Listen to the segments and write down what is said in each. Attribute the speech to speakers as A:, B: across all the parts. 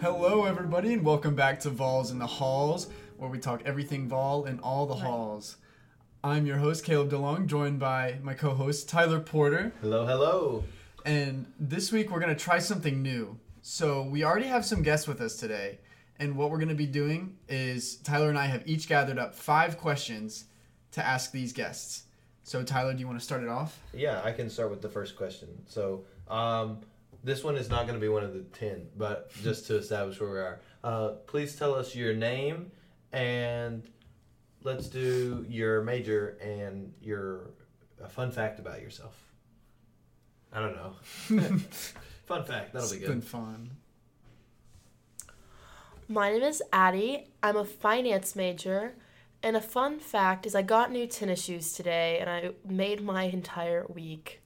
A: Hello, everybody, and welcome back to Vols in the Halls, where we talk everything Vol in all the halls. I'm your host, Caleb DeLong, joined by my co host, Tyler Porter.
B: Hello, hello.
A: And this week, we're going to try something new. So, we already have some guests with us today. And what we're going to be doing is Tyler and I have each gathered up five questions to ask these guests. So, Tyler, do you want to start it off?
B: Yeah, I can start with the first question. So, um, this one is not going to be one of the 10, but just to establish where we are, uh, please tell us your name and let's do your major and your a fun fact about yourself. I don't know. fun fact, that'll be
A: It's been
B: good.
A: fun.
C: My name is Addie. I'm a finance major. And a fun fact is, I got new tennis shoes today and I made my entire week.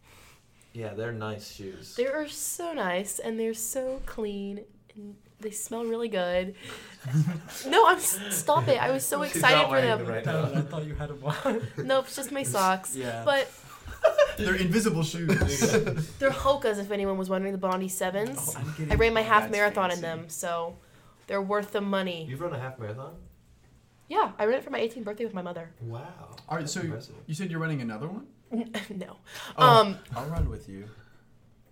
B: Yeah, they're nice shoes.
C: They are so nice and they're so clean and they smell really good. no, I'm s- stop it. I was so
B: She's
C: excited
B: not
C: for
B: wearing
C: them.
B: right now.
D: Tyler, I thought you had a one.
C: Nope, it's just my socks.
D: Yeah.
C: But
A: They're invisible shoes.
C: they're Hokas, if anyone was wondering, the Bondi Sevens.
D: I'm getting-
C: I ran my
D: oh,
C: half
D: that's
C: marathon in
D: fancy.
C: them, so they're worth the money.
B: You've run a half marathon?
C: Yeah, I ran it for my 18th birthday with my mother.
B: Wow.
A: All right,
B: That's
A: so
B: impressive.
A: you said you're running another one?
C: no.
A: Oh.
C: Um,
D: I'll run with you.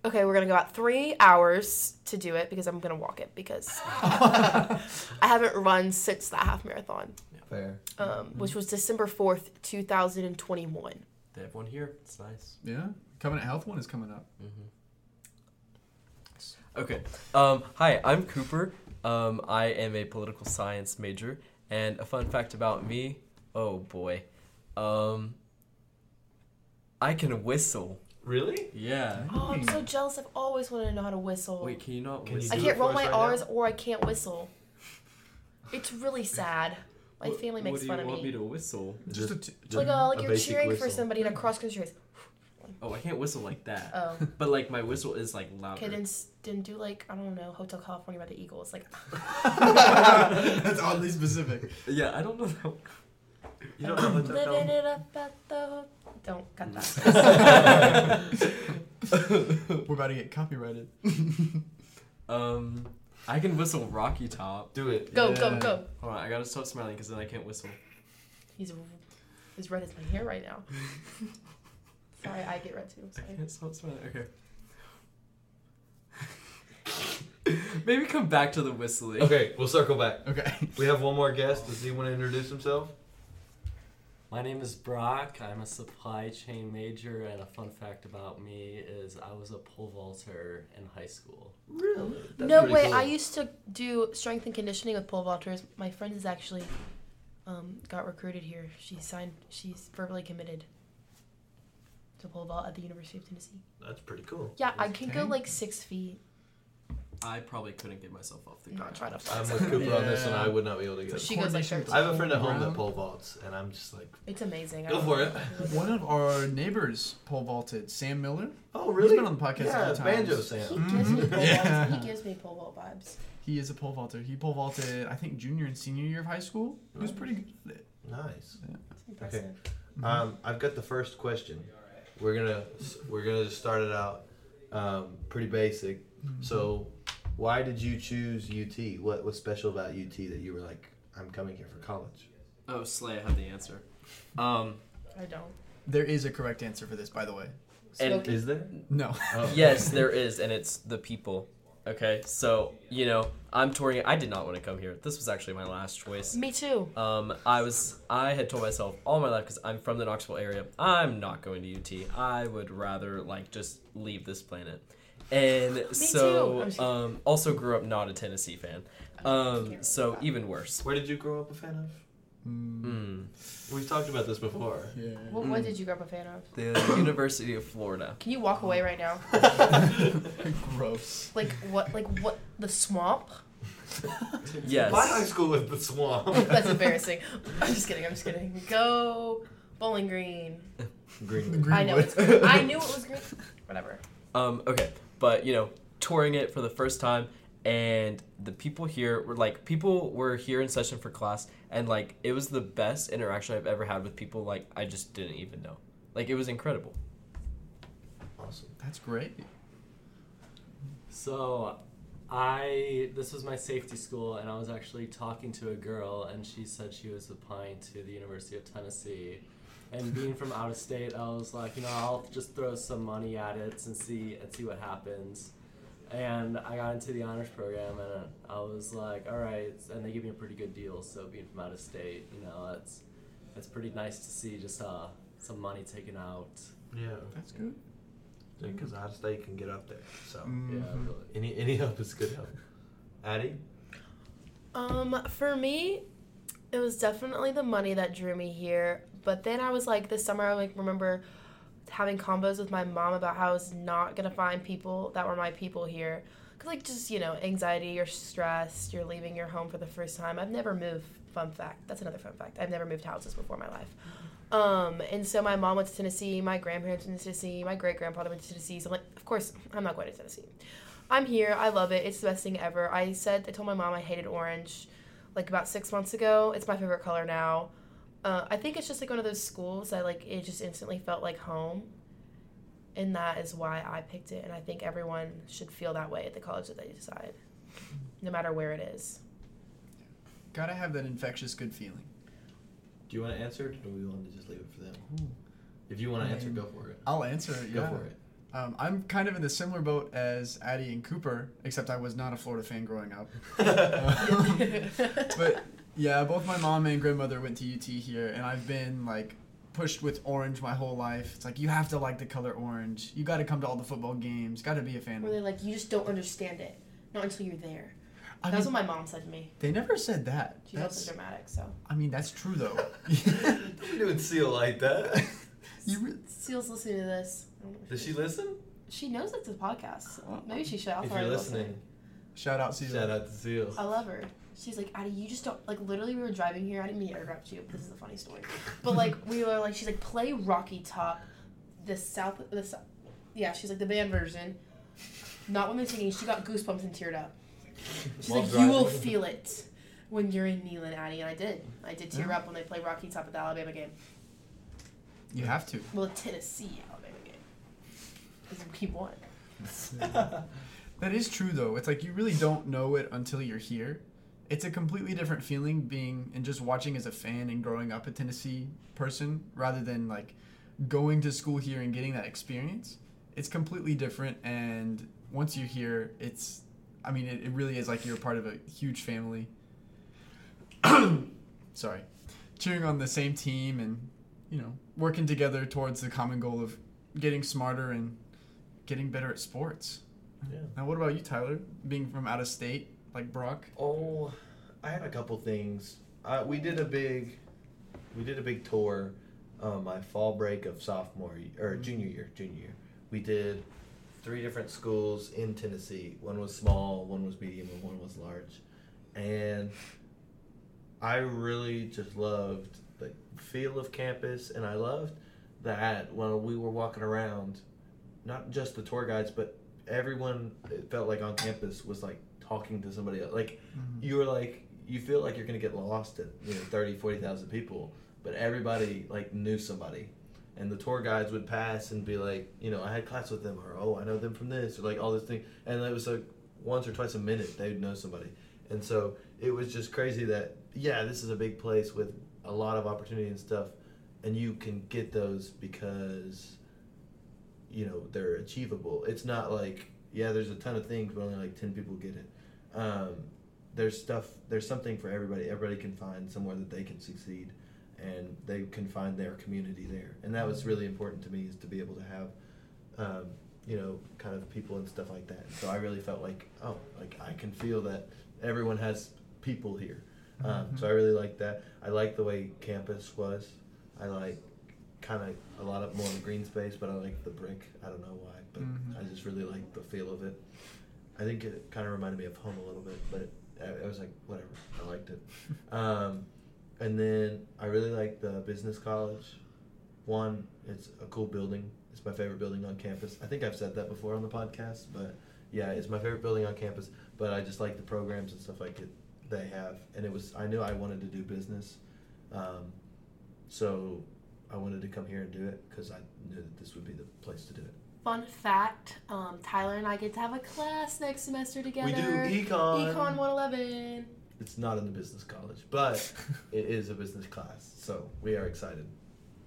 C: Okay, we're gonna go about three hours to do it because I'm gonna walk it because I haven't run since that half marathon,
B: Fair.
C: um, which was December 4th, 2021.
D: They have one here. It's nice.
A: Yeah. Covenant Health one is coming up.
E: Okay. Um, hi, I'm Cooper. Um, I am a political science major. And a fun fact about me oh boy. Um, I can whistle.
B: Really?
E: Yeah.
C: Oh, I'm so
A: Hmm.
C: jealous. I've always wanted to know how to whistle.
E: Wait, can you not
B: Can you
E: whistle?
C: I
B: do
C: can't
B: it
C: roll
B: for us
C: my
B: right
C: R's
B: now?
C: or I can't whistle. It's really sad. My
E: What-
C: family
E: what
C: makes
E: do
C: fun
E: you
C: of
E: want
C: me.
E: me to whistle?
A: Just a t-
C: It's like, uh, like
B: A
C: you're
B: basic
C: cheering for
B: whistle.
C: somebody in a cross country race.
E: Oh, I can't whistle like that.
C: Oh,
E: but like my whistle is like louder.
C: okay, then, s- then do like, I don't know, Hotel California by the Eagles. Like,
A: That's oddly specific.
E: Yeah, I don't know. That one.
B: You don't know what that
C: living it up at the. ho-" Don't cut that.
A: We're about to get copyrighted.
E: Um, I can whistle Rocky Top.
B: Do it.
C: Go,
A: Yeah.
C: go, go.
E: Hold on, I gotta stop smiling because then I can't whistle.
C: He's as red as my hair right now. Sorry, I get red too.
E: I
C: Sorry.
E: can't stop smiling. Okay. Maybe come back to the whistling.
B: Okay, we'll circle back.
A: Okay.
B: We have one more guest. Does he want to introduce himself?
F: My name is Brock. I'm a supply chain major, and a fun fact about me is I was a pole vaulter in high school.
B: Really?
C: No way. I used to do strength and conditioning with pole vaulters. My friend is actually um, got recruited here. She signed. She's verbally committed to pole vault at the University of Tennessee.
B: That's pretty cool.
C: Yeah, I can go
A: Dang.
C: like six feet.
E: I probably couldn't get myself off the ground.
C: Not trying to.
B: I'm with Cooper on this, and
A: Yeah.
B: I would not be able to go.
C: She goes like
A: Coordination with
C: thirteen.
B: I have a friend at home
A: Brown.
B: that pole vaults, and I'm just like,
C: It's amazing. I
B: Go
C: don't
B: for
C: know.
A: One of our neighbors pole vaulted, Sam Miller.
B: oh
A: really? He's been on the podcast a
B: Yeah,
A: few times. Mm-hmm.
C: He
B: banjo
C: gives
B: Sam.
C: me pole vault.
A: Yeah.
C: He gives me pole vault vibes.
A: He is a pole vaulter. He pole vaulted, I think, junior and senior year of high school. He was pretty good at it.
B: Nice.
C: It's impressive.
A: mm-hmm.
B: Um, I've got the first question. We're gonna we're gonna just start it out um, pretty basic.
A: Mm-hmm.
B: So, why did you choose UT? What was special about UT that you were like, I'm coming here for college?
E: Oh, Slay, I have the answer. Um,
C: I don't.
A: There is a correct answer for this, by the way.
E: And-
B: Is there?
A: No.
B: Oh.
E: yes, there is, and it's the people. Okay, so you know, I'm touring. I did not want to come here. This was actually my last choice.
C: Me too.
E: Um, I was, I had told myself all my life because I'm from the Knoxville area. I'm not going to UT. I would rather like just leave this planet. And
C: too. I'm
E: so,
C: just-
E: um, also grew up not a Tennessee fan. Um, so even worse.
B: Where did you grow up a fan of?
A: Mm,
E: Mm.
B: We've talked about this before.
A: yeah.
C: What, what did you grow up a fan of?
E: The University of Florida.
C: Can you walk away right now?
A: Gross.
C: Like what? Like what? The swamp?
E: Yes.
B: My high school was the swamp.
C: That's embarrassing. I'm just kidding. I'm just kidding. Go Bowling Green.
B: Green.
A: Greenwood.
C: I know it's green. I knew it was green. Whatever.
E: Um, okay, but you know, touring it for the first time, and the people here were like, people were here in session for class, and like, it was the best interaction I've ever had with people like I just didn't even know. Like, it was incredible.
B: Awesome.
A: That's great.
F: So, I this was my safety school, and I was actually talking to a girl, and she said she was applying to the University of Tennessee. And being from out of state, I was like, you know, I'll just throw some money at it and see and see what happens. And I got into the honors program, and I was like, all right, and they gave me a pretty good deal. So being from out of state, you know, it's it's pretty nice to see just uh, some money taken out.
B: Yeah,
A: That's good.
B: because out of state can get up there. So
A: Mm.
F: Yeah,
A: Mhm.
F: really.
B: any any help is good help. Addie,
C: Um, for me, it was definitely the money that drew me here. But then I was like, this summer, I like remember having combos with my mom about how I was not gonna find people that were my people here. Cause like just you know anxiety, you're stressed, you're leaving your home for the first time. I've never moved. Fun fact. That's another fun fact. I've never moved houses before in my life. Um, and so my mom went to Tennessee, my grandparents went to Tennessee, my great grandfather went to Tennessee. So I'm like, of course, I'm not going to Tennessee. I'm here. I love it. It's the best thing ever. I said I told my mom I hated orange, like about six months ago. It's my favorite color now. Uh, I think it's just like one of those schools that like it just instantly felt like home, and that is why I picked it. And I think everyone should feel that way at the college that they decide, no matter where it is.
A: Gotta have that infectious good feeling.
B: do you want to answer, or do we want to just leave it for them?
A: Ooh.
B: If you want
A: I
B: to answer,
A: mean,
B: go for it.
A: I'll answer it.
B: Go
A: yeah.
B: for it.
A: Um, I'm kind of in the similar boat as Addie and Cooper, except I was not a Florida fan growing up. but yeah, both my mom and grandmother went to UT here, and I've been like pushed with orange my whole life. It's like you have to like the color orange. You got to come to all the football games. Got to be a fan.
C: Where they're like, you just don't understand it, not until you're there.
A: I
C: that was
A: mean,
C: what my mom said to me.
A: they never said that.
C: She's also
A: That's,
C: dramatic, so
A: I mean, that's true though.
B: Don't do it seal like that.
A: you re-
C: Seal's listening to this. I don't know if
B: Does
C: she's-
B: she listen?
C: She knows it's a podcast.
A: Oh.
C: Maybe she should. I'll
B: Uh, if
C: tell
B: you're
C: her to listen.
B: listening,
A: shout out, Caesar.
B: shout out to Seal.
C: I love her. She's like, Addie, you just don't like. Literally, we were driving here. I didn't mean to interrupt you. This is a funny story. But like, we were like, she's like, play Rocky Top, the South, the South. Yeah, she's like the band version. Not women singing. She got goosebumps and teared up. She's
B: While
C: like, you will
B: driving.
C: feel it when you're in Neil and Addie, and I did. I did tear
A: Yeah.
C: up when they played Rocky Top at the Alabama game.
A: You have to.
C: Well, Tennessee Alabama game. Because we won.
A: That is true though. It's like you really don't know it until you're here. It's a completely different feeling being and just watching as a fan and growing up a Tennessee person rather than like going to school here and getting that experience. It's completely different and once you're here, it's I mean it, it really is like you're part of a huge family. Sorry. Cheering on the same team and you know, working together towards the common goal of getting smarter and getting better at sports.
B: Yeah.
A: Now, what about you, Tyler? Being from out of state, like Brock.
B: Oh, I had a couple things. Uh, we did a big, we did a big tour, um, my fall break of sophomore year, or junior year, junior year. We did three different schools in Tennessee. One was small, one was medium, and one was large. And I really just loved the feel of campus, and I loved that when we were walking around, not just the tour guides, but everyone it felt like on campus was like talking to somebody else. Like you were like you feel like you're gonna get lost at you know 30 40,000 people but everybody like knew somebody and the tour guides would pass and be like you know I had class with them or oh I know them from this or like all this thing and it was like once or twice a minute they'd know somebody and so it was just crazy that yeah this is a big place with a lot of opportunity and stuff and you can get those because you know they're achievable it's not like yeah there's a ton of things but only like 10 people get it um, there's stuff there's something for everybody everybody can find somewhere that they can succeed and they can find their community there and that was really important to me is to be able to have um, you know kind of people and stuff like that so i really felt like oh like i can feel that everyone has people here um, so i really liked that i liked the way campus was i like kind of a lot of more green space but i like the brick i don't know why but
A: Mhm.
B: i just really like the feel of it I think it kind of reminded me of home a little bit, but it, I- I was like, whatever, I liked it. Um, and then I really like the business college. One, it's a cool building. It's my favorite building on campus. I think I've said that before on the podcast, but yeah, it's my favorite building on campus. But I just like the programs and stuff like it they have, and it was I knew I wanted to do business, um, so I wanted to come here and do it because I knew that this would be the place to do it.
C: Fun fact: um, Tyler and I get to have a class next semester together.
B: We do econ.
C: Econ 111.
B: It's not in the business college, but it is a business class, so we are excited.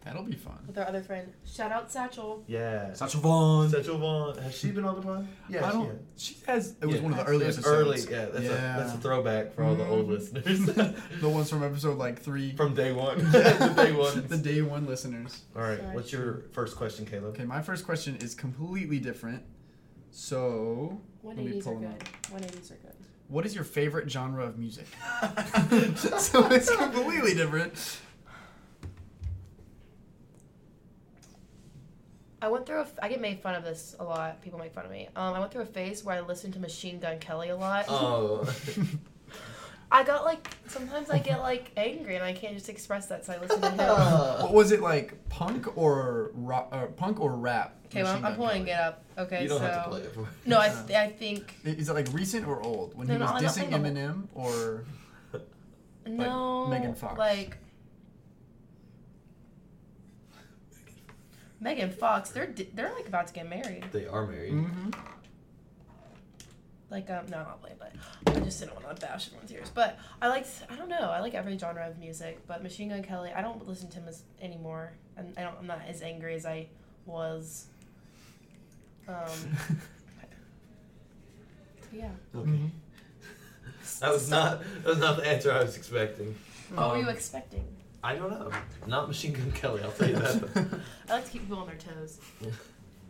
A: That'll be fun.
C: with our other friend. Shout out Satchel.
B: Yeah.
D: Satchel Vaughn.
B: Satchel Vaughn. Has she been on the pod? Yeah,
A: I
B: she
A: don't.
B: has.
A: She has. It was
B: Yeah.
A: one of the
C: That's-
A: early
B: It was
A: episodes.
B: early. Yeah, that's,
A: Yeah.
B: A, that's a throwback for all the old
C: Mm.
A: Mhm.
B: listeners.
A: the ones from episode like three.
B: From day one. the day one.
A: the day one listeners.
B: All right,
C: Sorry.
B: what's your first question, Caleb?
A: Okay, my first question is completely different. So, Let me
C: 180s are
A: pull them
C: good. 180s are good.
A: what is your favorite genre of music? so it's completely different.
C: I went through a. F- I get made fun of this a lot. People make fun of me. Um, I went through a phase where I listened to Machine Gun Kelly a lot.
B: Oh,
C: I got like sometimes I get like angry and I can't just express that, so I listen to him.
A: What was it like? Punk or rock? Or punk or rap?
C: Okay, well,
A: Machine Gun
C: I'm, I'm pulling
A: Kelly?
C: it up. Okay,
B: you don't
C: so
B: have to play it. For
C: no, I th- I think
A: I- Is it like recent or old? When
C: No,
A: he
C: no,
A: was
C: I don't
A: dissing
C: think I'm-
A: Eminem or
C: no
A: Megan Fox.
C: like. Megan Fox, they're di- they're like about to get married.
B: They are married.
C: like um no I'm not playing but I just didn't want to bash everyone's ears. But I like I don't know, I like every genre of music, but Machine Gun Kelly, I don't listen to him as anymore. And I don't I'm not as angry as I was. Um yeah.
B: Okay. That was not that was not the answer I was expecting.
C: What were
B: Um,
C: you expecting?
B: I don't know. Not Machine Gun Kelly, I'll tell you that.
C: I like to keep people on their toes.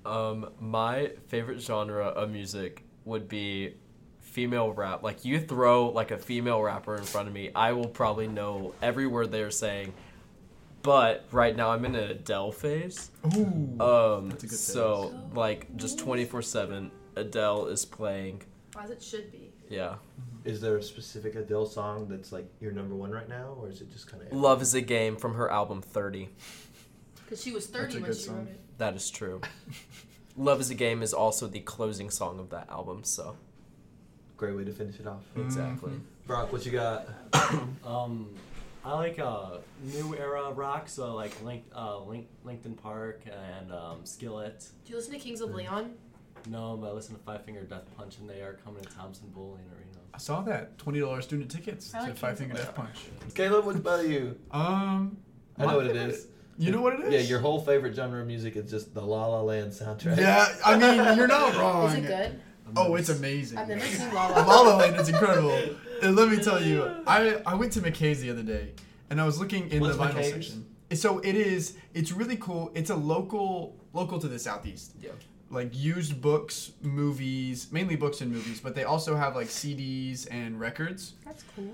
E: Um, my favorite genre of music would be female rap. Like you throw like a female rapper in front of me, I will probably know every word they're saying. But right now I'm in an Adele phase.
A: Ooh.
E: Um,
A: Mm-hmm. That's a good
E: so
C: phase.
E: like just 24/7 Adele is playing.
C: As it should be.
E: Yeah.
B: Is there a specific Adele song that's like your number one right now, or is it just kind of?
E: Love is a game from her album 30.
C: Because she was
A: That's
C: 30
A: a
C: when
A: good
C: she
A: song.
C: wrote it.
E: That is true. Love is a game is also the closing song of that album, so
B: Great way to finish it off.
E: exactly.
B: Brock, what you got?
F: Um, I like uh, new era rock, so I like Link, uh, Link, Linkin Park and um, Skillet.
C: Do you listen to Kings of Leon?
F: No, but I listen to Five Finger Death Punch, and they are coming to Thompson Bowling Arena.
A: I saw that twenty dollars student tickets
C: I
A: to
C: like
A: Five Finger
C: Kings
A: Death
C: of
A: Punch.
B: Caleb, what about you?
A: Um,
B: I know
A: my
B: what it
A: favorite-
B: is.
A: You know what it is?
B: Yeah, your whole favorite genre of music is just the La La Land soundtrack.
A: Yeah, I mean you're not wrong.
C: Is it good?
A: Oh, it's amazing.
C: I've never seen La La.
A: La La Land is incredible. And let me tell you, I, I went to McKay's the other day and I was looking in
B: What's
A: the vinyl
B: McKay's?
A: section. So it is it's really cool. It's a local local to the southeast.
E: Yeah.
A: Like used books, movies, mainly books and movies, but they also have like CDs and records.
C: That's cool.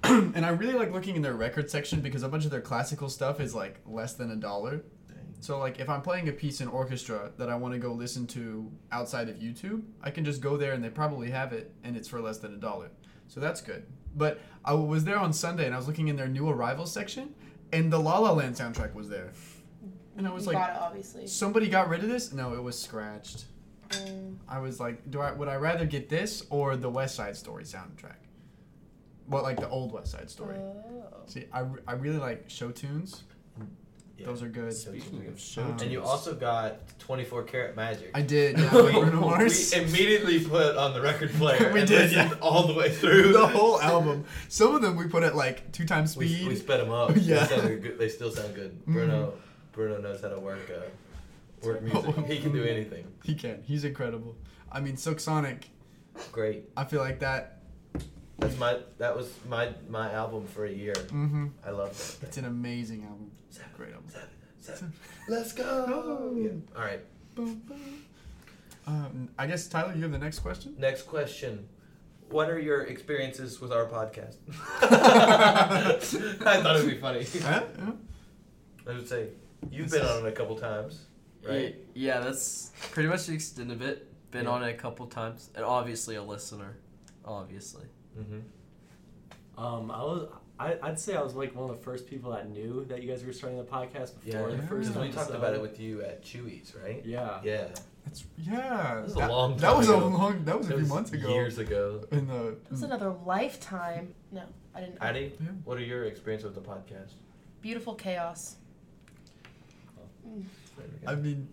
A: and I really like looking in their record section because a bunch of their classical stuff is like less than a dollar.
B: Dang.
A: So like if I'm playing a piece in orchestra that I want to go listen to outside of YouTube, I can just go there and they probably have it and it's for less than a dollar. So that's good. But I was there on Sunday and I was looking in their new arrivals section and the La La Land soundtrack was there. And I was
C: you got
A: like
C: it, obviously.
A: somebody got rid of this? No, it was scratched.
C: Um,
A: I was like, do I would I rather get this or the West Side Story soundtrack? Well, like the old West Side Story.
C: oh.
A: See, I, re- I really like show tunes.
B: Yeah.
A: Those are good.
E: Speaking of show,
A: Um,
B: And you also got 24 Karat Magic.
A: I did. Yeah, Bruno Mars.
B: We immediately put on the record player.
A: We
B: and
A: did,
B: listened
A: yeah.
B: All the way through.
A: the whole album. Some of them we put at like two times
B: We,
A: speed.
B: we sped them up.
A: Yeah. Mm-hmm.
B: They, sounded good. they still sound good. Bruno Bruno knows how to work uh, work music. He can do anything.
A: he can. He's incredible. I mean, Silk Sonic.
B: Great.
A: I feel like that.
B: That's my that was my my album for a year.
A: Mm-hmm.
B: I love that.
A: It's an amazing album. It's a great album.
B: Seven. Let's go. Yeah. All right.
A: Boom, boom. Um, I guess Tyler, you have the next question.
B: Next question. What are your experiences with our podcast? I thought it'd be funny.
A: Huh? Huh?
B: I would say you've
E: This
B: been
E: is-
B: on it a couple times, right?
E: Ye- Yeah, that's pretty much the extent of it. Been
B: Yeah.
E: on it a couple times, and obviously a listener. Obviously.
B: Mm-hmm.
F: Um, I was, I, I'd say I was like one of the first people that knew that you guys were starting the podcast before the
A: Yeah.
F: first.
B: Because we talked
F: episode.
B: about it with you at Chewy's, right?
F: Yeah.
B: Yeah.
A: That's yeah.
B: That was a
A: that,
B: long
A: That
B: time
A: was a
B: ago.
A: long. That was a
B: That
A: few
B: was
A: months ago.
B: Years ago.
A: In the
C: That's another lifetime. No, I didn't.
B: Addy,
A: Yeah.
B: what are your experience with the podcast?
C: Beautiful chaos.
A: I mean,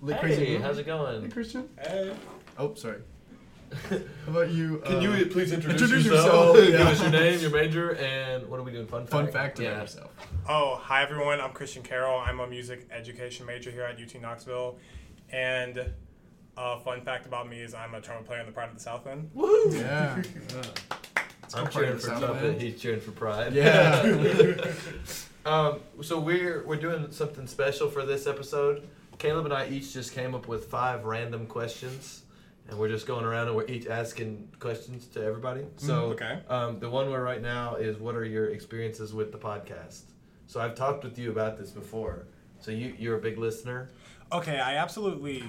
A: Li-
B: hey,
A: crazy.
B: how's it
A: Hey,
B: going?
A: Christian.
D: Hey.
A: Oh, sorry. How about you? uh,
B: please
A: introduce yourself.
B: Give us
A: Yeah.
B: your name, your major, and what are we doing? Fun fact.
A: Fun fact about
B: Yeah.
A: yourself.
G: Oh, hi everyone. I'm Christian Carroll. I'm a music education major here at UT Knoxville. And a fun fact about me is I'm a trumpet player in the Pride of the Southland.
B: Woo!
A: Yeah.
B: I'm
A: Let's go party
B: cheering
A: this
B: for
A: out,
B: trumpet.
A: man.
B: He's cheering for pride.
A: Yeah.
B: um, so we're we're doing something special for this episode. Caleb and I each just came up with five random questions, and we're just going around and we're each asking questions to everybody. So
G: okay.
B: um, the one we're right now is what are your experiences with the podcast? So I've talked with you about this before. So you you're a big listener.
G: Okay, I absolutely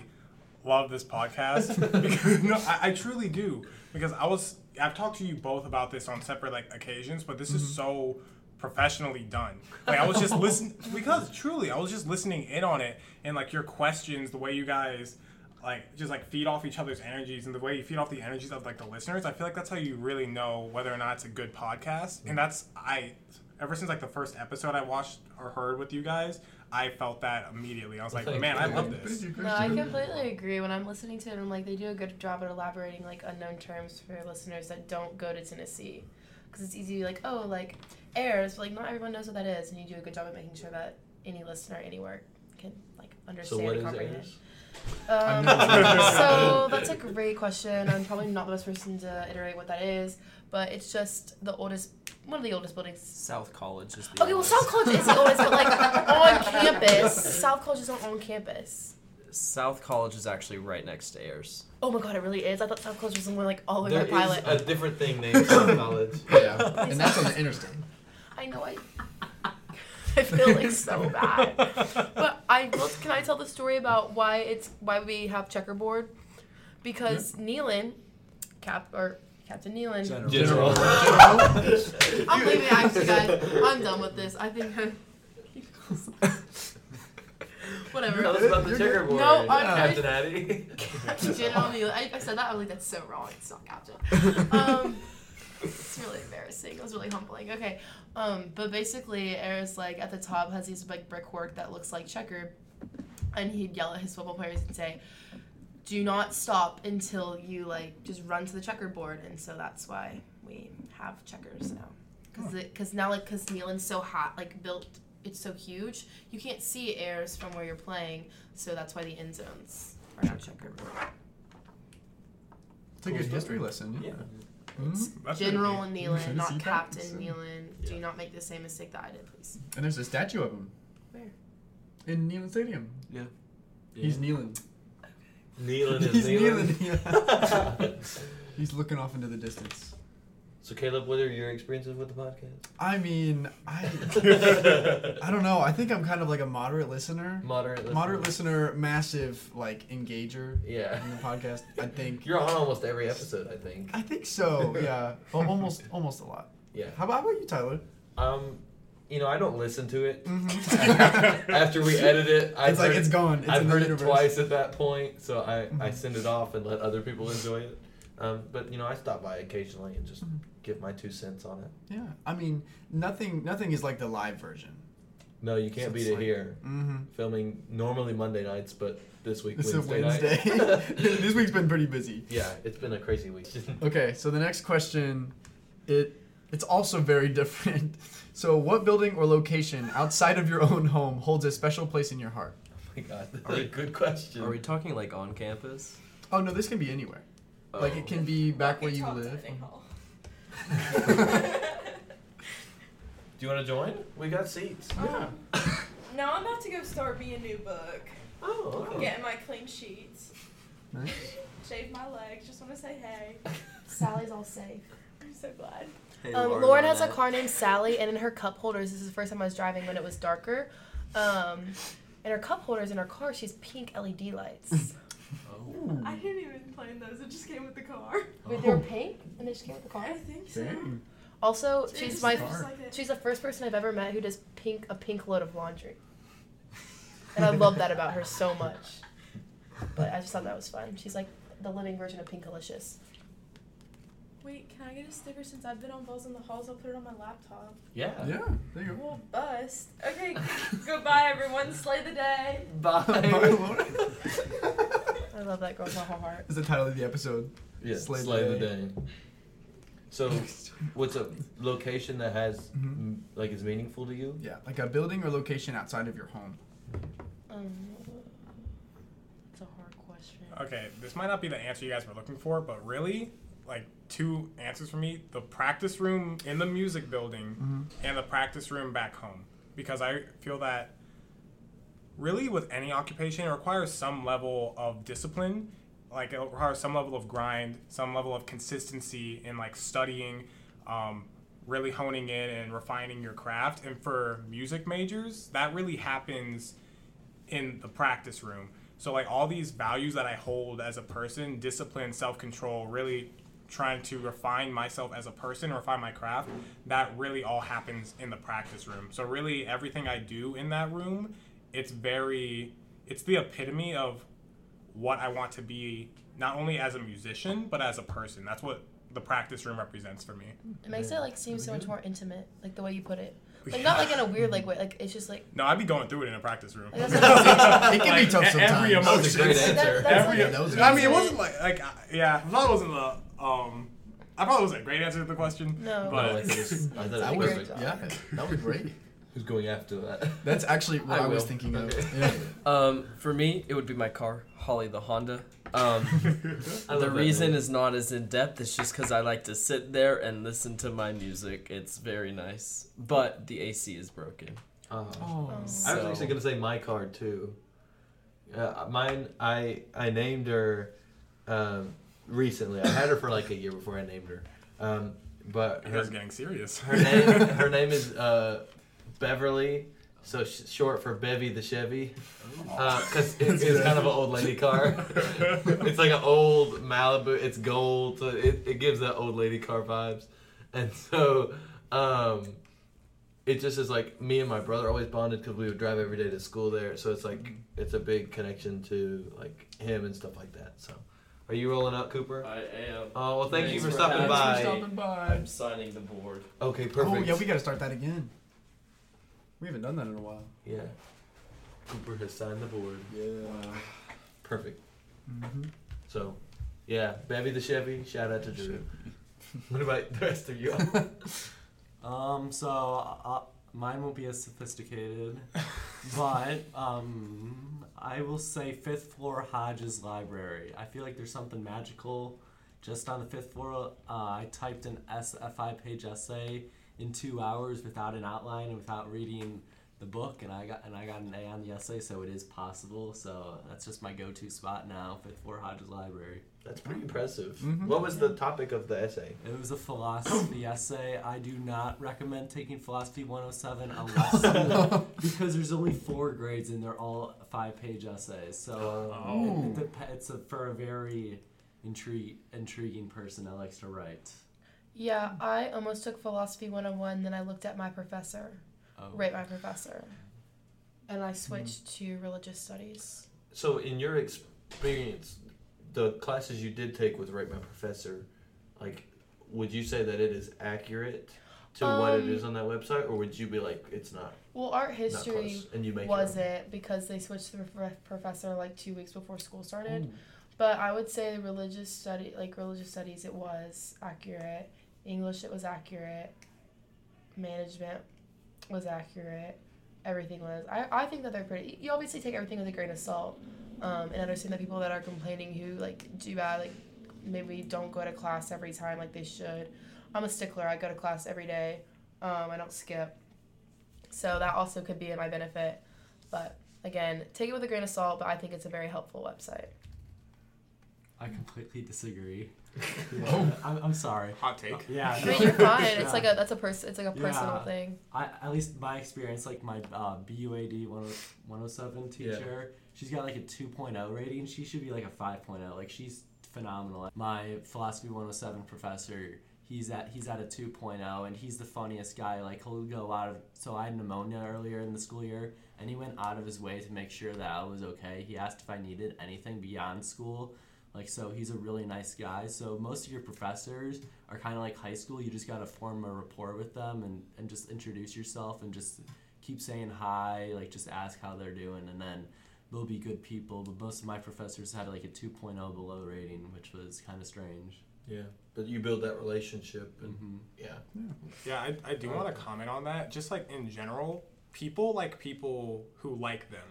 G: love this podcast. because, no, I, I truly do because I was I've talked to you both about this on separate like occasions, but this
B: Mm-hmm.
G: is so professionally done. Like I was just listening because truly I was just listening in on it and like your questions, the way you guys like just like feed off each other's energies and the way you feed off the energies of like the listeners. I feel like that's how you really know whether or not it's a good podcast.
B: Mm-hmm.
G: And that's I ever since like the first episode I watched or heard with you guys, I felt that immediately. I was like,
B: Thank
G: man, I
B: you.
G: love this.
C: No, I completely agree. When I'm listening to it, I'm like, they do a good job at elaborating like unknown terms for listeners that don't go to Tennessee, because it's easy to be like, oh, like airs, but like not everyone knows what that is, and you do a good job at making sure that any listener anywhere can like
B: So
C: understand
B: what
C: and
B: is
C: comprehend.
B: theirs?
C: Um,
G: never-
C: so that's a great question. I'm probably not the best person to iterate what that is, but it's just the oldest, one of the oldest buildings
E: South College is the
C: Okay, well, South College is the oldest, but like on campus, South College isn't on campus.
E: South College is actually right next to Ayers.
C: Oh my god, it really is. I thought South College was somewhere like all the way
B: There
C: by Pilot.
B: is a different thing named South College.
A: Yeah. And that's on the interstate.
C: I know I. I feel like so bad. But I will. Can I tell the story about why it's why we have checkerboard? Because Neelan, Cap or Captain Neelan.
D: General.
B: General.
C: I'm leaving actually, guys. I'm done with this. I think. Whatever.
B: Tell us about the
A: You're good.
B: checkerboard.
C: No, I-
B: Captain Addy.
C: Captain General Neal. I, I said that. I was like, that's so wrong. It's not Captain. Um, it's really embarrassing. It was really humbling. Okay. Um, but basically, Eris like at the top has these like brickwork that looks like checker, and he'd yell at his football players and say, "Do not stop until you like just run to the checkerboard." And so that's why we have checkers now, because because now like because Nealon's so hot like built. It's so huge, you can't see airs from where you're playing, so that's why the end zones are now checkerboard.
A: It's a good history lesson. Yeah. Mhm.
G: That's really
C: General
A: You should
C: Nealon,
A: see
C: not
A: that.
C: Captain
A: So-
C: Nealon. Do
B: Yeah.
C: not make the same mistake that I did, please.
A: And there's a statue of him.
C: Where?
A: In Neyland Stadium.
D: Yeah.
A: He's kneeling.
B: Kneeling is
A: He's
B: kneeling.
A: kneeling. Yeah. He's looking off into the distance.
B: so Caleb, what are your experiences with the podcast?
A: I mean, I I don't know. I think I'm kind of like a moderate listener.
B: Moderate listener.
A: Moderate listener, massive like engager
B: Yeah.
A: in the podcast. I think
B: You're on almost every episode, I think.
A: I think so. Yeah. Al- almost almost a lot.
B: Yeah.
A: How about, how about you, Tyler?
B: Um, you know, I don't listen to it.
A: Mhm.
B: After we edit it, I've
A: it's like
B: heard
A: it's gone. It's
B: I've
A: in the
B: heard it
A: universe. Mm-hmm.
B: twice at that point, so I, I send it off and let other people enjoy it. Um, but you know, I stop by occasionally and just
A: Mm-hmm.
B: give my two cents on it.
A: Yeah. I mean, nothing nothing is like the live version.
B: No, you can't
A: So
B: beat
A: it's
B: it
A: like-
B: here.
A: Mhm.
B: Filming normally Monday nights, but this week
A: It's a
B: Wednesday,
A: Wednesday.
B: night.
A: this week's been pretty busy.
B: yeah, it's been a crazy week. Oh
A: Okay, so the next question, it it's also very different. So, what building or location outside of your own home holds a special place in your heart?
B: Oh my god, that's
E: Are
B: a
E: we-
B: good question.
E: Are we talking like on campus?
A: Oh no, this can be anywhere. Oh. Like it can be back where you live.
B: Do you want to join? We got seats.
C: Oh.
A: Yeah.
H: Now I'm about to go start me a new book.
B: Oh,
H: I'm getting my clean sheets.
A: Nice.
H: Shave my legs. Just want to say hey.
C: Sally's all safe.
H: I'm so glad.
E: Oh.
D: Hey,
C: Um, Lauren,
D: Lauren
C: has a
D: Arnett.
C: car named Sally, and in her cup holders, this is the first time I was driving when it was darker. Um, in her cup holders in her car, she's pink LED lights.
H: I didn't even plan those. It just came with the car. Oh.
C: Wait, they were pink, and they just came with the
H: I
C: car.
H: think so.
A: Dang.
C: Also,
H: It
C: she's
H: just
C: my
H: looks like it.
C: she's the first person I've ever met who does pink a pink load of laundry, and I love that about her so much. But I just thought that was fun. She's like the living version of Pinkalicious.
H: Wait, can I get a sticker since I've been on Balls in the Halls? I'll put it on my laptop.
E: Yeah.
A: Yeah, there you
H: Well, bust. Okay, goodbye everyone. Slay the day.
A: go.
E: Bye.
A: Barcelona.
C: I love that girl with my whole heart.
A: Is the title of the episode.
B: Yeah,
A: Slay
B: Slay,
A: the
B: the Day. So, what's a location that has m like is meaningful to you?
A: Yeah, like a building or location outside of your home.
C: Um, it's a hard question.
G: Okay, this might not be the answer you guys were looking for, but really, like two answers for me: the practice room in the music building and the practice room back home, because I feel that really with any occupation it requires some level of discipline, like it requires some level of grind, some level of consistency in like studying, um, really honing in and refining your craft. And for music majors, that really happens in the practice room. So like all these values that I hold as a person, discipline, self-control, really trying to refine myself as a person, refine my craft, that really all happens in the practice room. So really everything I do in that room, it's very it's the epitome of what I want to be not only as a musician, but as a person. That's what the practice room represents for me.
C: It makes it like seem so much more intimate, like the way you put it. Like not like in a weird like way. Like it's just like
G: No, I'd be going through it in a practice room.
C: Like, that's-
A: It can be tough
G: Like, e-
A: sometimes.
B: That
G: Every
B: was a
G: emotion.
B: great
C: That-
B: answer.
C: that's
G: Every-
C: like-
A: that was a
G: I
A: good
G: mean, it
C: answer.
G: wasn't like like I- yeah. I probably wasn't the um. I probably wasn't a great answer to the question.
C: No.
B: No, I thought
G: But
B: it was, I thought it
A: That
B: was
A: was,
C: Great
B: perfect.
C: job.
A: yeah, that was great.
B: Who's going after that?
A: That's actually what
E: I
A: I, was
E: will.
A: thinking of.
B: Okay.
A: Yeah.
E: Um, for me, it would be my car, Holly the Honda. Um,
B: I love
E: the
B: that
E: reason
B: name.
E: is not as in depth. It's just because I like to sit there and listen to my music. It's very nice, but the AC is broken.
B: Uh,
A: Oh.
C: Um,
B: I was
E: So-
B: actually gonna say my card too. Uh, mine, I I named her um, recently. I had her for like a year before I named her, um, but
G: you
B: her,
G: guys are getting serious.
B: her name her name is uh, Beverly, so sh- short for Bevy the Chevy,
E: Oh.
B: because it, it's kind of an old lady car. it's like an old Malibu. It's gold, so it, it gives that old lady car vibes, and so. Um, it just is like me and my brother always bonded because we would drive every day to school there. So it's like it's a big connection to like him and stuff like that. So, are you rolling out, Cooper?
E: I am.
B: Oh well, thank you
E: Uh, Thanks
B: for
E: for
B: stopping
E: having
B: by.
A: by.
E: I'm signing the board.
B: Okay, perfect.
A: Oh yeah, we gotta start that again. We haven't done that in a while.
B: Yeah. Cooper has signed the board.
A: Yeah.
B: Perfect.
A: Mm-hmm.
B: So, yeah, Bevy the Chevy. Shout out to Drew. what about the rest of you? all?
F: Um, so uh, mine won't be as sophisticated, but um, I will say fifth floor Hodges Library. I feel like there's something magical just on the fifth floor. Uh, I typed an SFI page essay in two hours without an outline and without reading the book, and I got and I got an A on the essay, so it is possible. So that's just my go-to spot now, fifth floor Hodges Library.
B: That's pretty impressive.
A: Mhm.
B: What was the topic of the essay?
F: It was a philosophy essay. I do not recommend taking philosophy 107 unless because there's only four grades and they're all five-page essays. So
B: Um,
A: Oh.
I: Hmm.
F: it dep- it's a, for a very intrig- intriguing person that likes to write.
C: yeah, I almost took philosophy 101, then I looked at my professor,
F: Oh.
C: rate my professor, and I switched to religious studies.
B: So, in your experience, the classes you did take with Write My Professor, like, would you say that it is accurate to what it
C: Um,
B: is on that website, or would you be like, it's not,
C: Well, art
B: not
C: history
B: close, and you make
C: was
B: your own?
C: it because they switched the prof- professor like two weeks before school started. But I would say the religious study, like religious studies, it was accurate. English, it was accurate. Management was accurate. Everything was. I, I think that they're pretty. You obviously take everything with a grain of salt, um, and understand that people that are complaining who like do bad, like maybe don't go to class every time like they should. I'm a stickler. I go to class every day. Um, I don't skip. So that also could be in my benefit, but again, take it with a grain of salt. But I think it's a very helpful website.
F: I completely disagree.
A: Oh.
F: I'm, I'm sorry.
G: Hot take.
F: Yeah.
C: I mean, you're fine. It's
F: Yeah.
C: like a that's a person. It's like a personal
F: Yeah.
C: thing.
F: I, at least my experience, like my uh, BUAD 10-
B: Yeah.
F: 107 teacher, she's got like a 2.0 rating. She should be like a 5.0. Like she's phenomenal. My philosophy 107 professor, he's at he's at a 2.0 and he's the funniest guy. Like he'll go out of so I had pneumonia earlier in the school year and he went out of his way to make sure that I was okay. He asked if I needed anything beyond school. Like, so he's a really nice guy. So most of your professors are kind of like high school. You just got to form a rapport with them and, and just introduce yourself and just keep saying hi, like, just ask how they're doing. And then they'll be good people. But most of my professors had like a 2.0 below rating, which was kind of strange.
B: Yeah, but you build that relationship, and
F: Mm-hmm.
B: yeah,
G: Yeah, I, I do want to comment on that. Just like in general, people like people who like them.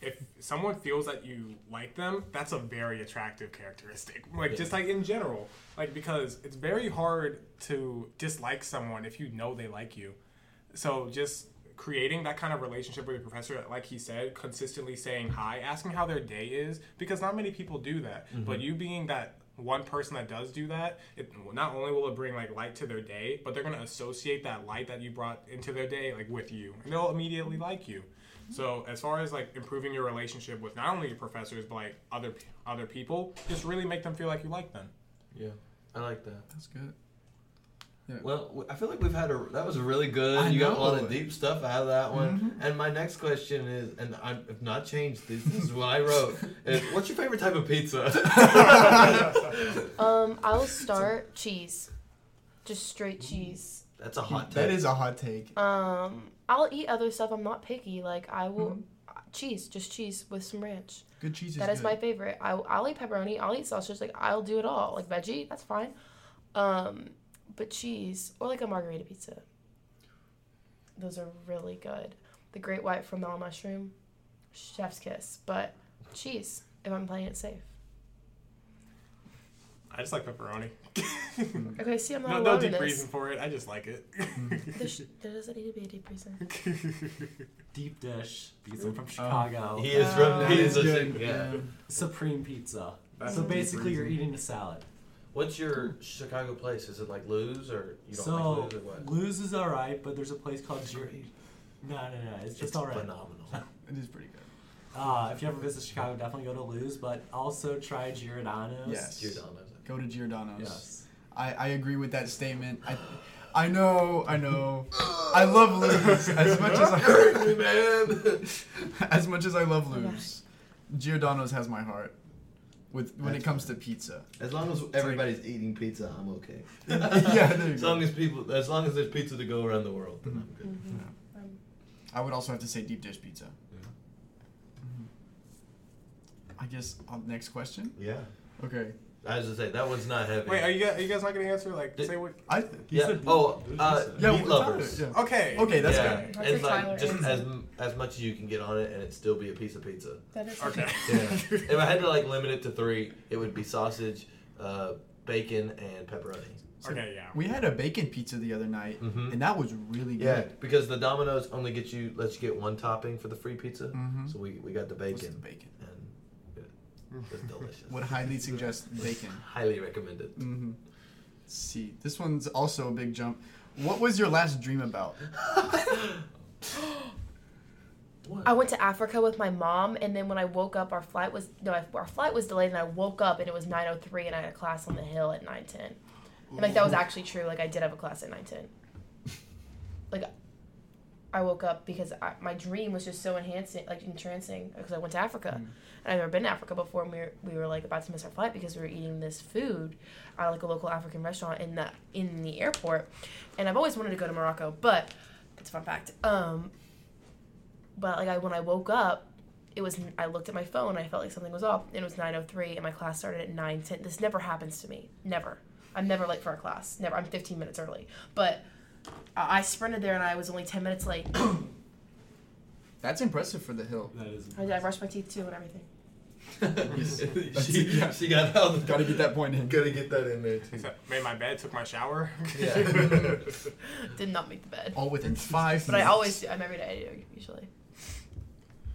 G: If someone feels that you like them, that's a very attractive characteristic. Like, just like in general. Like, because it's very hard to dislike someone if you know they like you. So, just creating that kind of relationship with your professor, like he said, consistently saying hi, asking how their day is, because not many people do that. But you being that one person that does do that, it not only will it bring like light to their day, but they're gonna associate that light that you brought into their day like with you, and they'll immediately like you. So as far as like improving your relationship with not only your professors but like other p- other people, just really make them feel like you like them.
B: yeah, I like that.
A: That's good.
B: Well, w- I feel like we've had a that was really good.
A: I
B: you got a lot
A: know. Mm-hmm.
B: of deep stuff out of that one. And my next question is, and I- I've not changed this. This is what I wrote. Is, what's your favorite type of pizza?
C: Um, I'll start cheese, just straight cheese.
B: That's a hot take.
A: That is a hot take.
C: Um, I'll eat other stuff. I'm not picky. Like I will uh,
F: Mm-hmm.
C: cheese, just cheese with some ranch.
A: Good cheese is
C: That is
A: good.
C: my favorite. I, I'll eat pepperoni. I'll eat sausage. Like I'll do it all. Like veggie, that's fine. Um, but cheese or like a margarita pizza. Those are really good. The Great White from Mel Mushroom, chef's kiss. But cheese, if I'm playing it safe.
G: I just like pepperoni.
C: Okay, see, I'm not
G: no,
C: alone
G: no
C: in
G: deep
C: this.
G: reason for it. I just like it.
C: There's- there doesn't need to be a deep reason.
F: Deep dish because I'm from Chicago.
B: He is from.
C: Uh,
B: he
A: Oh, That
B: is
A: is
B: a
A: good.
B: yeah.
A: Yeah.
F: Supreme pizza.
G: That's
F: so
G: a deep
F: basically, you're
G: reason.
F: eating a salad.
B: What's your Chicago place? Is it like Lou's or you don't
F: so
B: like Lou's or what?
F: Lou's is all right, but there's a place called Jer- No, no, no. It's just
B: It's
F: all right.
B: phenomenal.
A: It is pretty good.
F: Uh, if you ever visit Chicago, definitely go to Lou's, but also try Giordano's.
A: Yes.
B: Giordano's.
A: Go to Giordano's.
F: Yes.
A: I, I agree with that statement. I, I know, I know. I love Lou's as much as I
B: Hurt me, man.
A: as much as I love Lou's. Giordano's has my heart. With when
B: That's
A: it comes to pizza.
B: As long as everybody's eating pizza, I'm okay.
A: Yeah, there you
B: as
A: go. Mm-hmm.
B: long as people, as long as there's pizza to go around the world, then I'm good.
A: I would also have to say deep dish pizza. Mhm. I guess uh, next question.
B: Yeah.
A: Okay.
B: I was just say that one's not heavy.
G: Wait, are you guys, are you guys not gonna answer? Like,
B: Did-
G: say what?
A: I
B: yeah. oh, uh,
A: yeah,
B: meat
A: well,
B: lovers.
A: Tyler, yeah.
G: Okay.
A: Okay, that's
B: yeah.
A: good.
C: That's
B: And
C: your
B: like
C: Tyler
B: just
C: answer.
B: as m- as much as you can get on it, and it still be a piece of pizza.
C: That is
G: Okay.
B: Yeah. if I had to like limit it to three, it would be sausage, uh, bacon, and pepperoni.
G: okay. Yeah.
A: We had a bacon pizza the other night,
B: Mhm.
A: and that was really
B: Yeah,
A: good.
B: because the Domino's only get you lets you get one topping for the free pizza,
A: Mhm.
B: so we, we got the
A: What's the
B: bacon
A: bacon.
B: and it was delicious.
A: Would highly suggest bacon.
B: Highly recommended.
A: Mm-hmm. See, this one's also a big jump. What was your last dream about?
C: I went to Africa with my mom, and then when I woke up, our flight was no, I, our flight was delayed, and I woke up and it was 9:03, and I had a class on the hill at 9:10. And like that was actually true. Like I did have a class at 9:10. Like I woke up because I, my dream was just so enhancing, like entrancing, because I went to Africa, and I've never been to Africa before. And we were, we were like about to miss our flight because we were eating this food at like a local African restaurant in the in the airport, and I've always wanted to go to Morocco, but it's a fun fact. Um, but like I when I woke up, it was I looked at my phone. I felt like something was off. And it was nine oh three, and my class started at nine ten. This never happens to me. Never. I'm never late for a class. Never. I'm fifteen minutes early. But I I sprinted there and I was only ten minutes late.
A: That's impressive for the hill.
F: That is.
C: I, did, I brushed my teeth too and everything.
B: she,
A: Yeah.
B: she got all the
A: Gotta get that point in.
B: gotta get that in there too.
G: Except made my bed, took my shower.
B: Yeah.
C: Did not make the bed.
A: All within five.
C: But I
A: minutes.
C: always do. I'm every day. I do usually.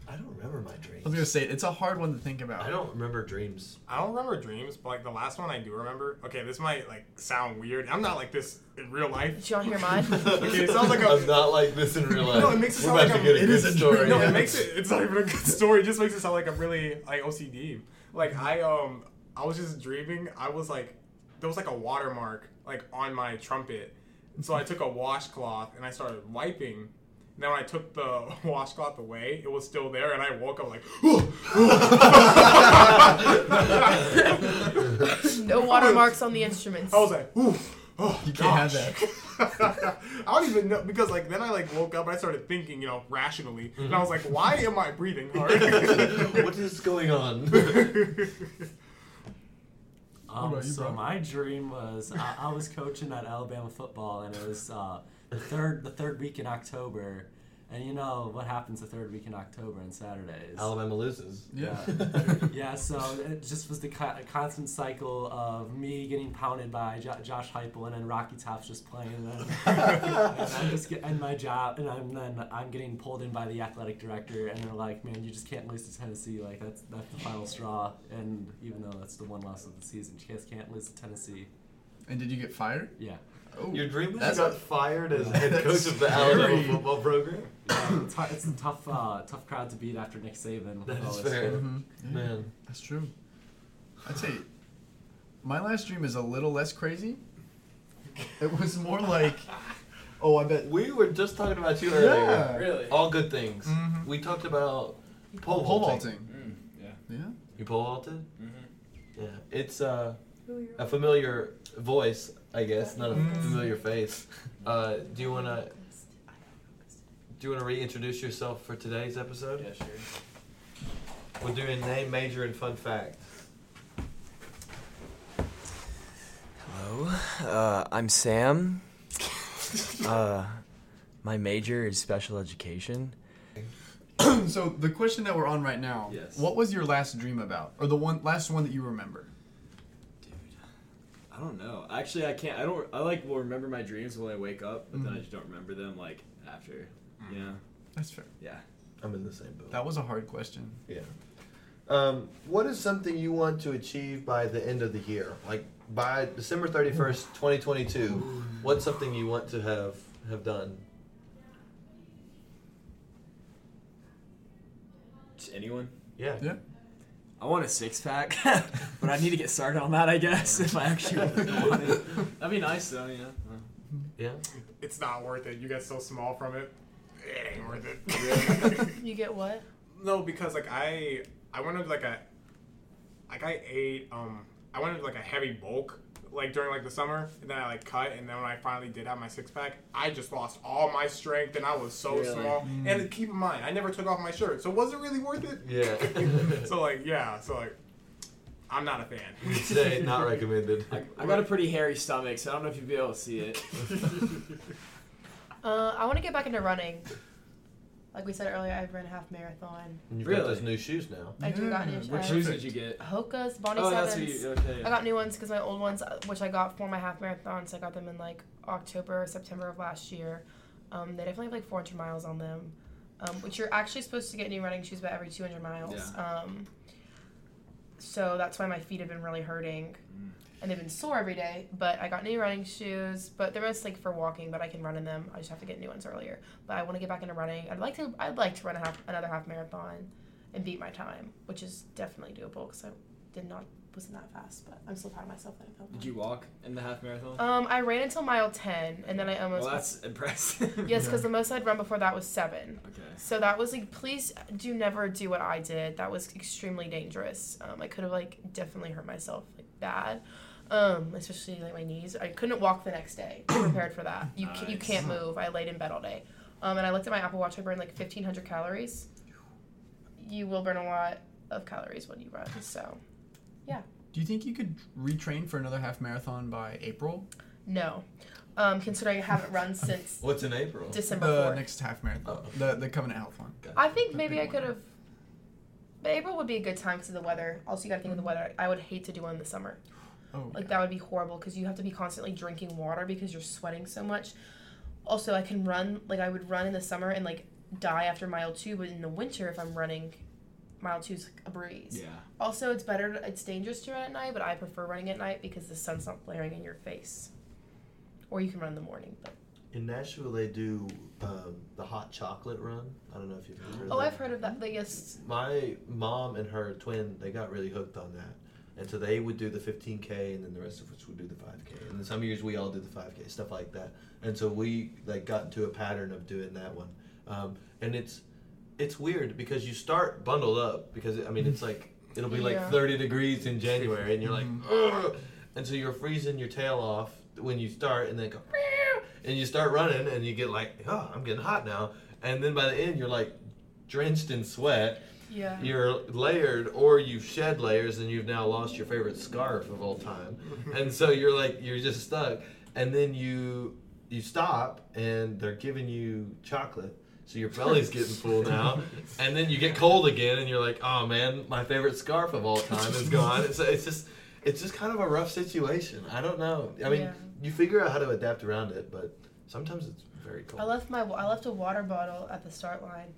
B: I don't remember my
A: I was gonna
B: dreams.
A: say it's a hard one to think about.
B: I don't remember dreams.
G: I don't remember dreams, but like the last one I do remember. Okay, this might like sound weird. I'm not like this in real life.
C: Did you want to hear mine?
G: Okay, it sounds like a-
B: I'm not like this in real life.
G: No, it makes it
B: We're
G: sound
B: about
G: like
B: to
G: I'm-
B: get a
A: it
B: good
A: is a
B: story.
A: dream.
G: No, it makes it. It's not even a good story. It just makes it sound like I'm really like OCD. Like I um, I was just dreaming. I was like, there was like a watermark like on my trumpet, so I took a washcloth and I started wiping, Then when I took the washcloth away, it was still there, and I woke up like,
C: No watermarks on the instruments.
G: I was like, ooh, oh,
A: You can't have
G: that. I don't even know because like then I like woke up and I started thinking, you know, rationally, and I was like, why am I breathing hard?
B: what is going on?
F: Um,
A: about you,
F: so
A: bro?
F: my dream was I, I was coaching at Alabama football, and it was uh, the third the third week in October, and you know what happens the third week in October on Saturdays.
B: Alabama loses.
A: Yeah.
F: yeah, so it just was the co- constant cycle of me getting pounded by jo- Josh Heupel, and then Rocky Top's just playing, and, then, and I'm just get, and my job, and I'm then I'm getting pulled in by the athletic director, and they're like, "Man, you just can't lose to Tennessee. Like that's that's the final straw." And even though that's the one loss of the season, you guys can't lose to Tennessee.
A: And did you get fired?
F: Yeah,
A: Oh,
B: Your dream was
A: That's
B: you got fired as head
A: That's
B: coach of the
A: scary.
B: Alabama football program.
F: Yeah, it's, hard, it's a tough uh, tough crowd to beat after Nick Saban. with
B: That
F: all
B: is
F: this
B: fair.
A: Mhm. Yeah,
B: Man,
A: that's true. I'd say my last dream is a little less crazy. It was more like, oh, I bet.
B: we were just talking about you earlier.
A: Yeah.
I: Really?
B: All good things.
G: Mhm.
B: We talked about pole,
A: Pole
B: vaulting.
A: vaulting.
I: Mm, yeah.
A: Yeah.
B: You pole vaulted?
I: Mm-hmm.
B: Yeah. It's uh,
H: Who you're
B: a familiar voice, I guess, not a familiar face. Uh, do you wanna do you wanna reintroduce yourself for today's episode?
I: Yeah, sure.
B: We're doing name, major, and fun fact.
E: Hello, uh, I'm Sam. uh, my major is special education.
A: So the question that we're on right now.
B: Yes.
A: What was your last dream about, or the one last one that you remember?
I: Dude, I don't know. Oh, Actually, I can't. I don't. I like will remember my dreams when I wake up, but then I
A: Mhm.
I: just don't remember them like after. Yeah.
A: That's fair.
I: Yeah.
B: I'm in the same boat.
A: That was a hard question.
B: Yeah. Um, what is something you want to achieve by the end of the year? Like by December 31st, 2022, what's something you want to have have done?
I: Just anyone.
B: Yeah.
A: Yeah.
I: I want a six pack, but I need to get started on that. I guess if I actually want it, that'd be nice though. You know.
B: Yeah.
G: it's not worth it. You get so small from it. It ain't worth it.
C: You get what?
G: no, because like I I went into like a like I ate um I went into like a heavy bulk like during like the summer and then I like cut and then when I finally did have my six pack I just lost all my strength and I was so
I: Really?
G: small and keep in mind I never took off my shirt so was it really worth it
B: Yeah.
G: so like yeah so like I'm not a fan
B: Today, not recommended.
I: I got a pretty hairy stomach, so I don't know if you'd be able to see it.
C: Uh, I want to get back into running. Like we said earlier, I ran a half marathon.
B: You've got
I: Really?
B: those new shoes now.
C: I do got
A: Yeah.
C: new
I: What
A: Perfect.
I: shoes did you get?
C: Hoka's, Bonnie
I: Oh,
C: Uh, Sevens.
I: that's what you. Okay.
C: I got new ones because my old ones, uh, which I got for my half marathons, I got them in like October or September of last year. Um, they definitely have like 400 miles on them, um, which you're actually supposed to get new running shoes about every 200 miles. Um, so that's why my feet have been really hurting. And they've been sore every day, but I got new running shoes. But they're mostly like, for walking, but I can run in them. I just have to get new ones earlier. But I want to get back into running. I'd like to. I'd like to run a half, another half marathon, and beat my time, which is definitely doable because I did not wasn't that fast, but I'm still proud of myself that I felt.
I: Did you walk in the half marathon?
C: Um, I ran until mile ten, and then I
I: well,
C: almost
I: that's impressive.
C: yes, because the most I'd run before that was seven.
I: Okay.
C: So that was like, please do never do what I did. That was extremely dangerous. Um, I could have like definitely hurt myself like bad. Um, especially like my knees. I couldn't walk the next day. I prepared for that. You ca- you can't move. I laid in bed all day. Um, and I looked at my Apple Watch. I burned like fifteen hundred calories. You will burn a lot of calories when you run. So
A: Do you think you could retrain for another half marathon by April?
C: no, um, considering I haven't run since
B: What's in April?
C: December
A: The
C: 4th.
A: Uh, next half marathon. The the Covenant Health one.
C: I think
A: The
C: maybe
A: big
C: I
A: one.
C: could have. But April would be a good time because of the weather. Also, you got to think of the weather. I would hate to do one in the summer.
A: Oh.
C: Like that would be horrible because you have to be constantly drinking water because you're sweating so much. Also, I can run like I would run in the summer and like die after mile two, but in the winter if I'm running, mile two's a breeze.
I: Yeah.
C: Also, it's better. It's dangerous to run at night, but I prefer running at night because the sun's not blaring in your face. Or you can run in the morning. But
B: In Nashville, they do um, the hot chocolate run. I don't know if you've heard of
C: oh,
B: that.
C: I've heard of that. But yes,
B: My mom and her twin, they got really hooked on that. And so they would do the 15K, and then the rest of us would do the 5K. And then some years we all did the 5K, stuff like that. And so we like got into a pattern of doing that one. um, and it's it's weird because you start bundled up because I mean it's like it'll be like
C: Yeah.
B: 30 degrees in January and you're like, "Ugh," and so you're freezing your tail off when you start and then go "Meow," and you start running and you get like, oh, I'm getting hot now, and then by the end you're like drenched in sweat.
C: Yeah.
B: You're layered, or you've shed layers, and you've now lost your favorite scarf of all time, and so you're like you're just stuck. And then you you stop, and they're giving you chocolate, so your belly's getting full now. And then you get cold again, and you're like, oh man, my favorite scarf of all time is gone. It's it's just it's just kind of a rough situation. I don't know. I mean,
C: Yeah.
B: you figure out how to adapt around it, but sometimes it's very cold.
C: I left my I left a water bottle at the start line.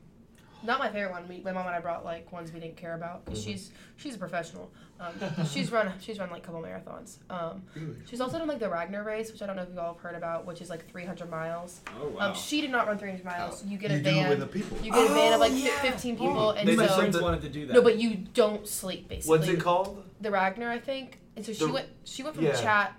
C: Not my favorite one. We, my mom and I brought like ones we didn't care about. 'cause
B: Mm-hmm.
C: She's she's a professional. Um, she's run she's run like a couple marathons. Um, she's also done like the Ragnar race, which I don't know if you all have heard about, which is like 300 miles.
I: Oh
C: Um, she did not run 300 miles. You get a
B: you do it
C: van.
B: with the people.
C: You get a van of like
I: Oh,
C: fi
I: yeah.
C: 15 people, and
B: They
I: my
B: just
C: so
B: like-
I: friends wanted to do that.
C: no, but you don't sleep basically.
B: What's it called?
C: The Ragnar, I think. And so she
B: The-
C: went she went from
B: yeah.
C: Chat.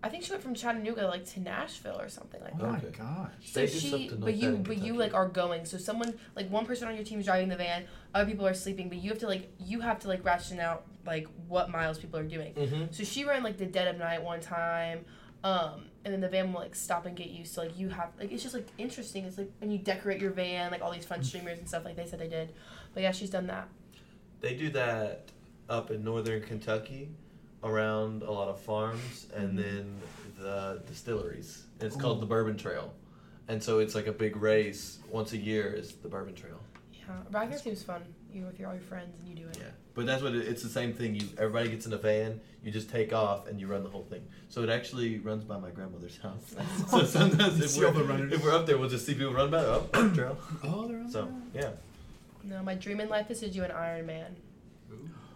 C: I think she went from Chattanooga like to Nashville or something like that.
A: Oh my
B: Okay.
A: gosh.
C: So
B: They do
C: she,
B: something
C: but
B: like that
C: you,
B: in
C: but you
B: Kentucky.
C: like are going. So someone, like one person on your team is driving the van. Other people are sleeping, but you have to like, you have to like ration out like what miles people are doing.
B: Mm-hmm.
C: So she ran like the dead of night one time, um, and then the van will like stop and get you. So like you have like it's just like interesting. It's like when you decorate your van, like all these
B: Mm.
C: fun streamers and stuff like they said they did. But yeah, she's done that.
B: They do that up in northern Kentucky around a lot of farms and then the distilleries. And it's called the Bourbon Trail. And so it's like a big race once a year is the Bourbon Trail.
C: Yeah, Ragnar seems fun. You're with your all your friends and you do it.
B: Yeah. But that's what it, it's the same thing. You everybody gets in a van, you just take off and you run the whole thing. So it actually runs by my grandmother's house. so sometimes if
A: See all
B: we're,
A: the runners.
B: if we're up there we'll just see people run by oh Bourbon trail.
A: Oh, they're on.
B: So yeah.
C: No, my dream in life is to do an Iron Man.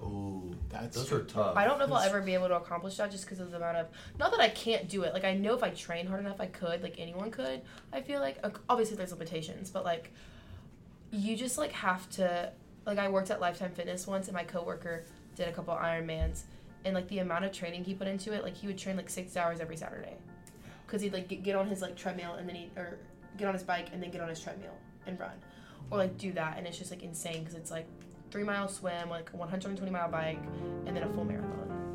B: Oh
A: That's
B: those are tough.
C: I don't know if I'll ever be able to accomplish that just because of the amount of. Not that I can't do it. Like I know if I train hard enough, I could. Like anyone could. I feel like uh, obviously there's limitations, but like you just like have to. Like I worked at Lifetime Fitness once, and my coworker did a couple Ironmans, and like the amount of training he put into it, like he would train like six hours every Saturday, because he'd like get- get on his like treadmill and then he or get on his bike and then get on his treadmill and run, or like do that, and it's just like insane because it's like three mile swim, like 120 mile bike, and then a full marathon.